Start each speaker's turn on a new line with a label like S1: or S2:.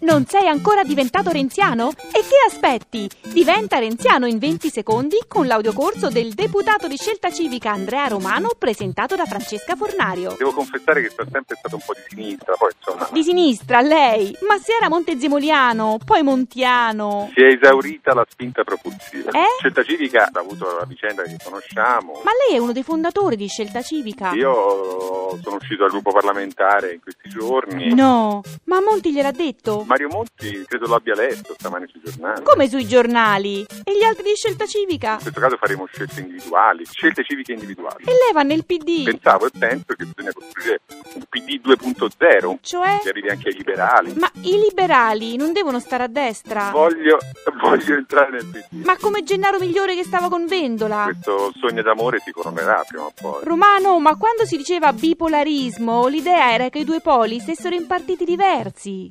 S1: Non sei ancora diventato renziano? E che aspetti? Diventa renziano in 20 secondi con l'audiocorso del deputato di scelta civica Andrea Romano presentato da Francesca Fornario.
S2: Devo confessare che sono sempre stato un po' di sinistra, poi insomma
S1: Di sinistra, lei, ma se era montezemoliano, poi montiano.
S2: si è esaurita la spinta propulsiva.
S1: Eh?
S2: Scelta Civica ha avuto la vicenda che conosciamo.
S1: Ma lei è uno dei fondatori di scelta civica?
S2: Io sono uscito dal gruppo parlamentare in questi giorni.
S1: No, ma Monti gliel'ha detto?
S2: Mario Monti credo l'abbia letto stamane sui giornali.
S1: Come sui giornali? E gli altri di scelta civica?
S2: In questo caso faremo scelte individuali, scelte civiche individuali.
S1: E lei va nel PD,
S2: Pensavo e penso che bisogna costruire un PD 2.0
S1: cioè...
S2: che arrivi anche ai liberali.
S1: Ma i liberali non devono stare a destra?
S2: Voglio, voglio entrare nel PD.
S1: Ma come Gennaro Migliore che stava con Vendola?
S2: Questo sogno d'amore si coronerà prima o poi.
S1: Romano, ma quando si diceva bipolarismo, l'idea era che i due poli stessero in partiti diversi.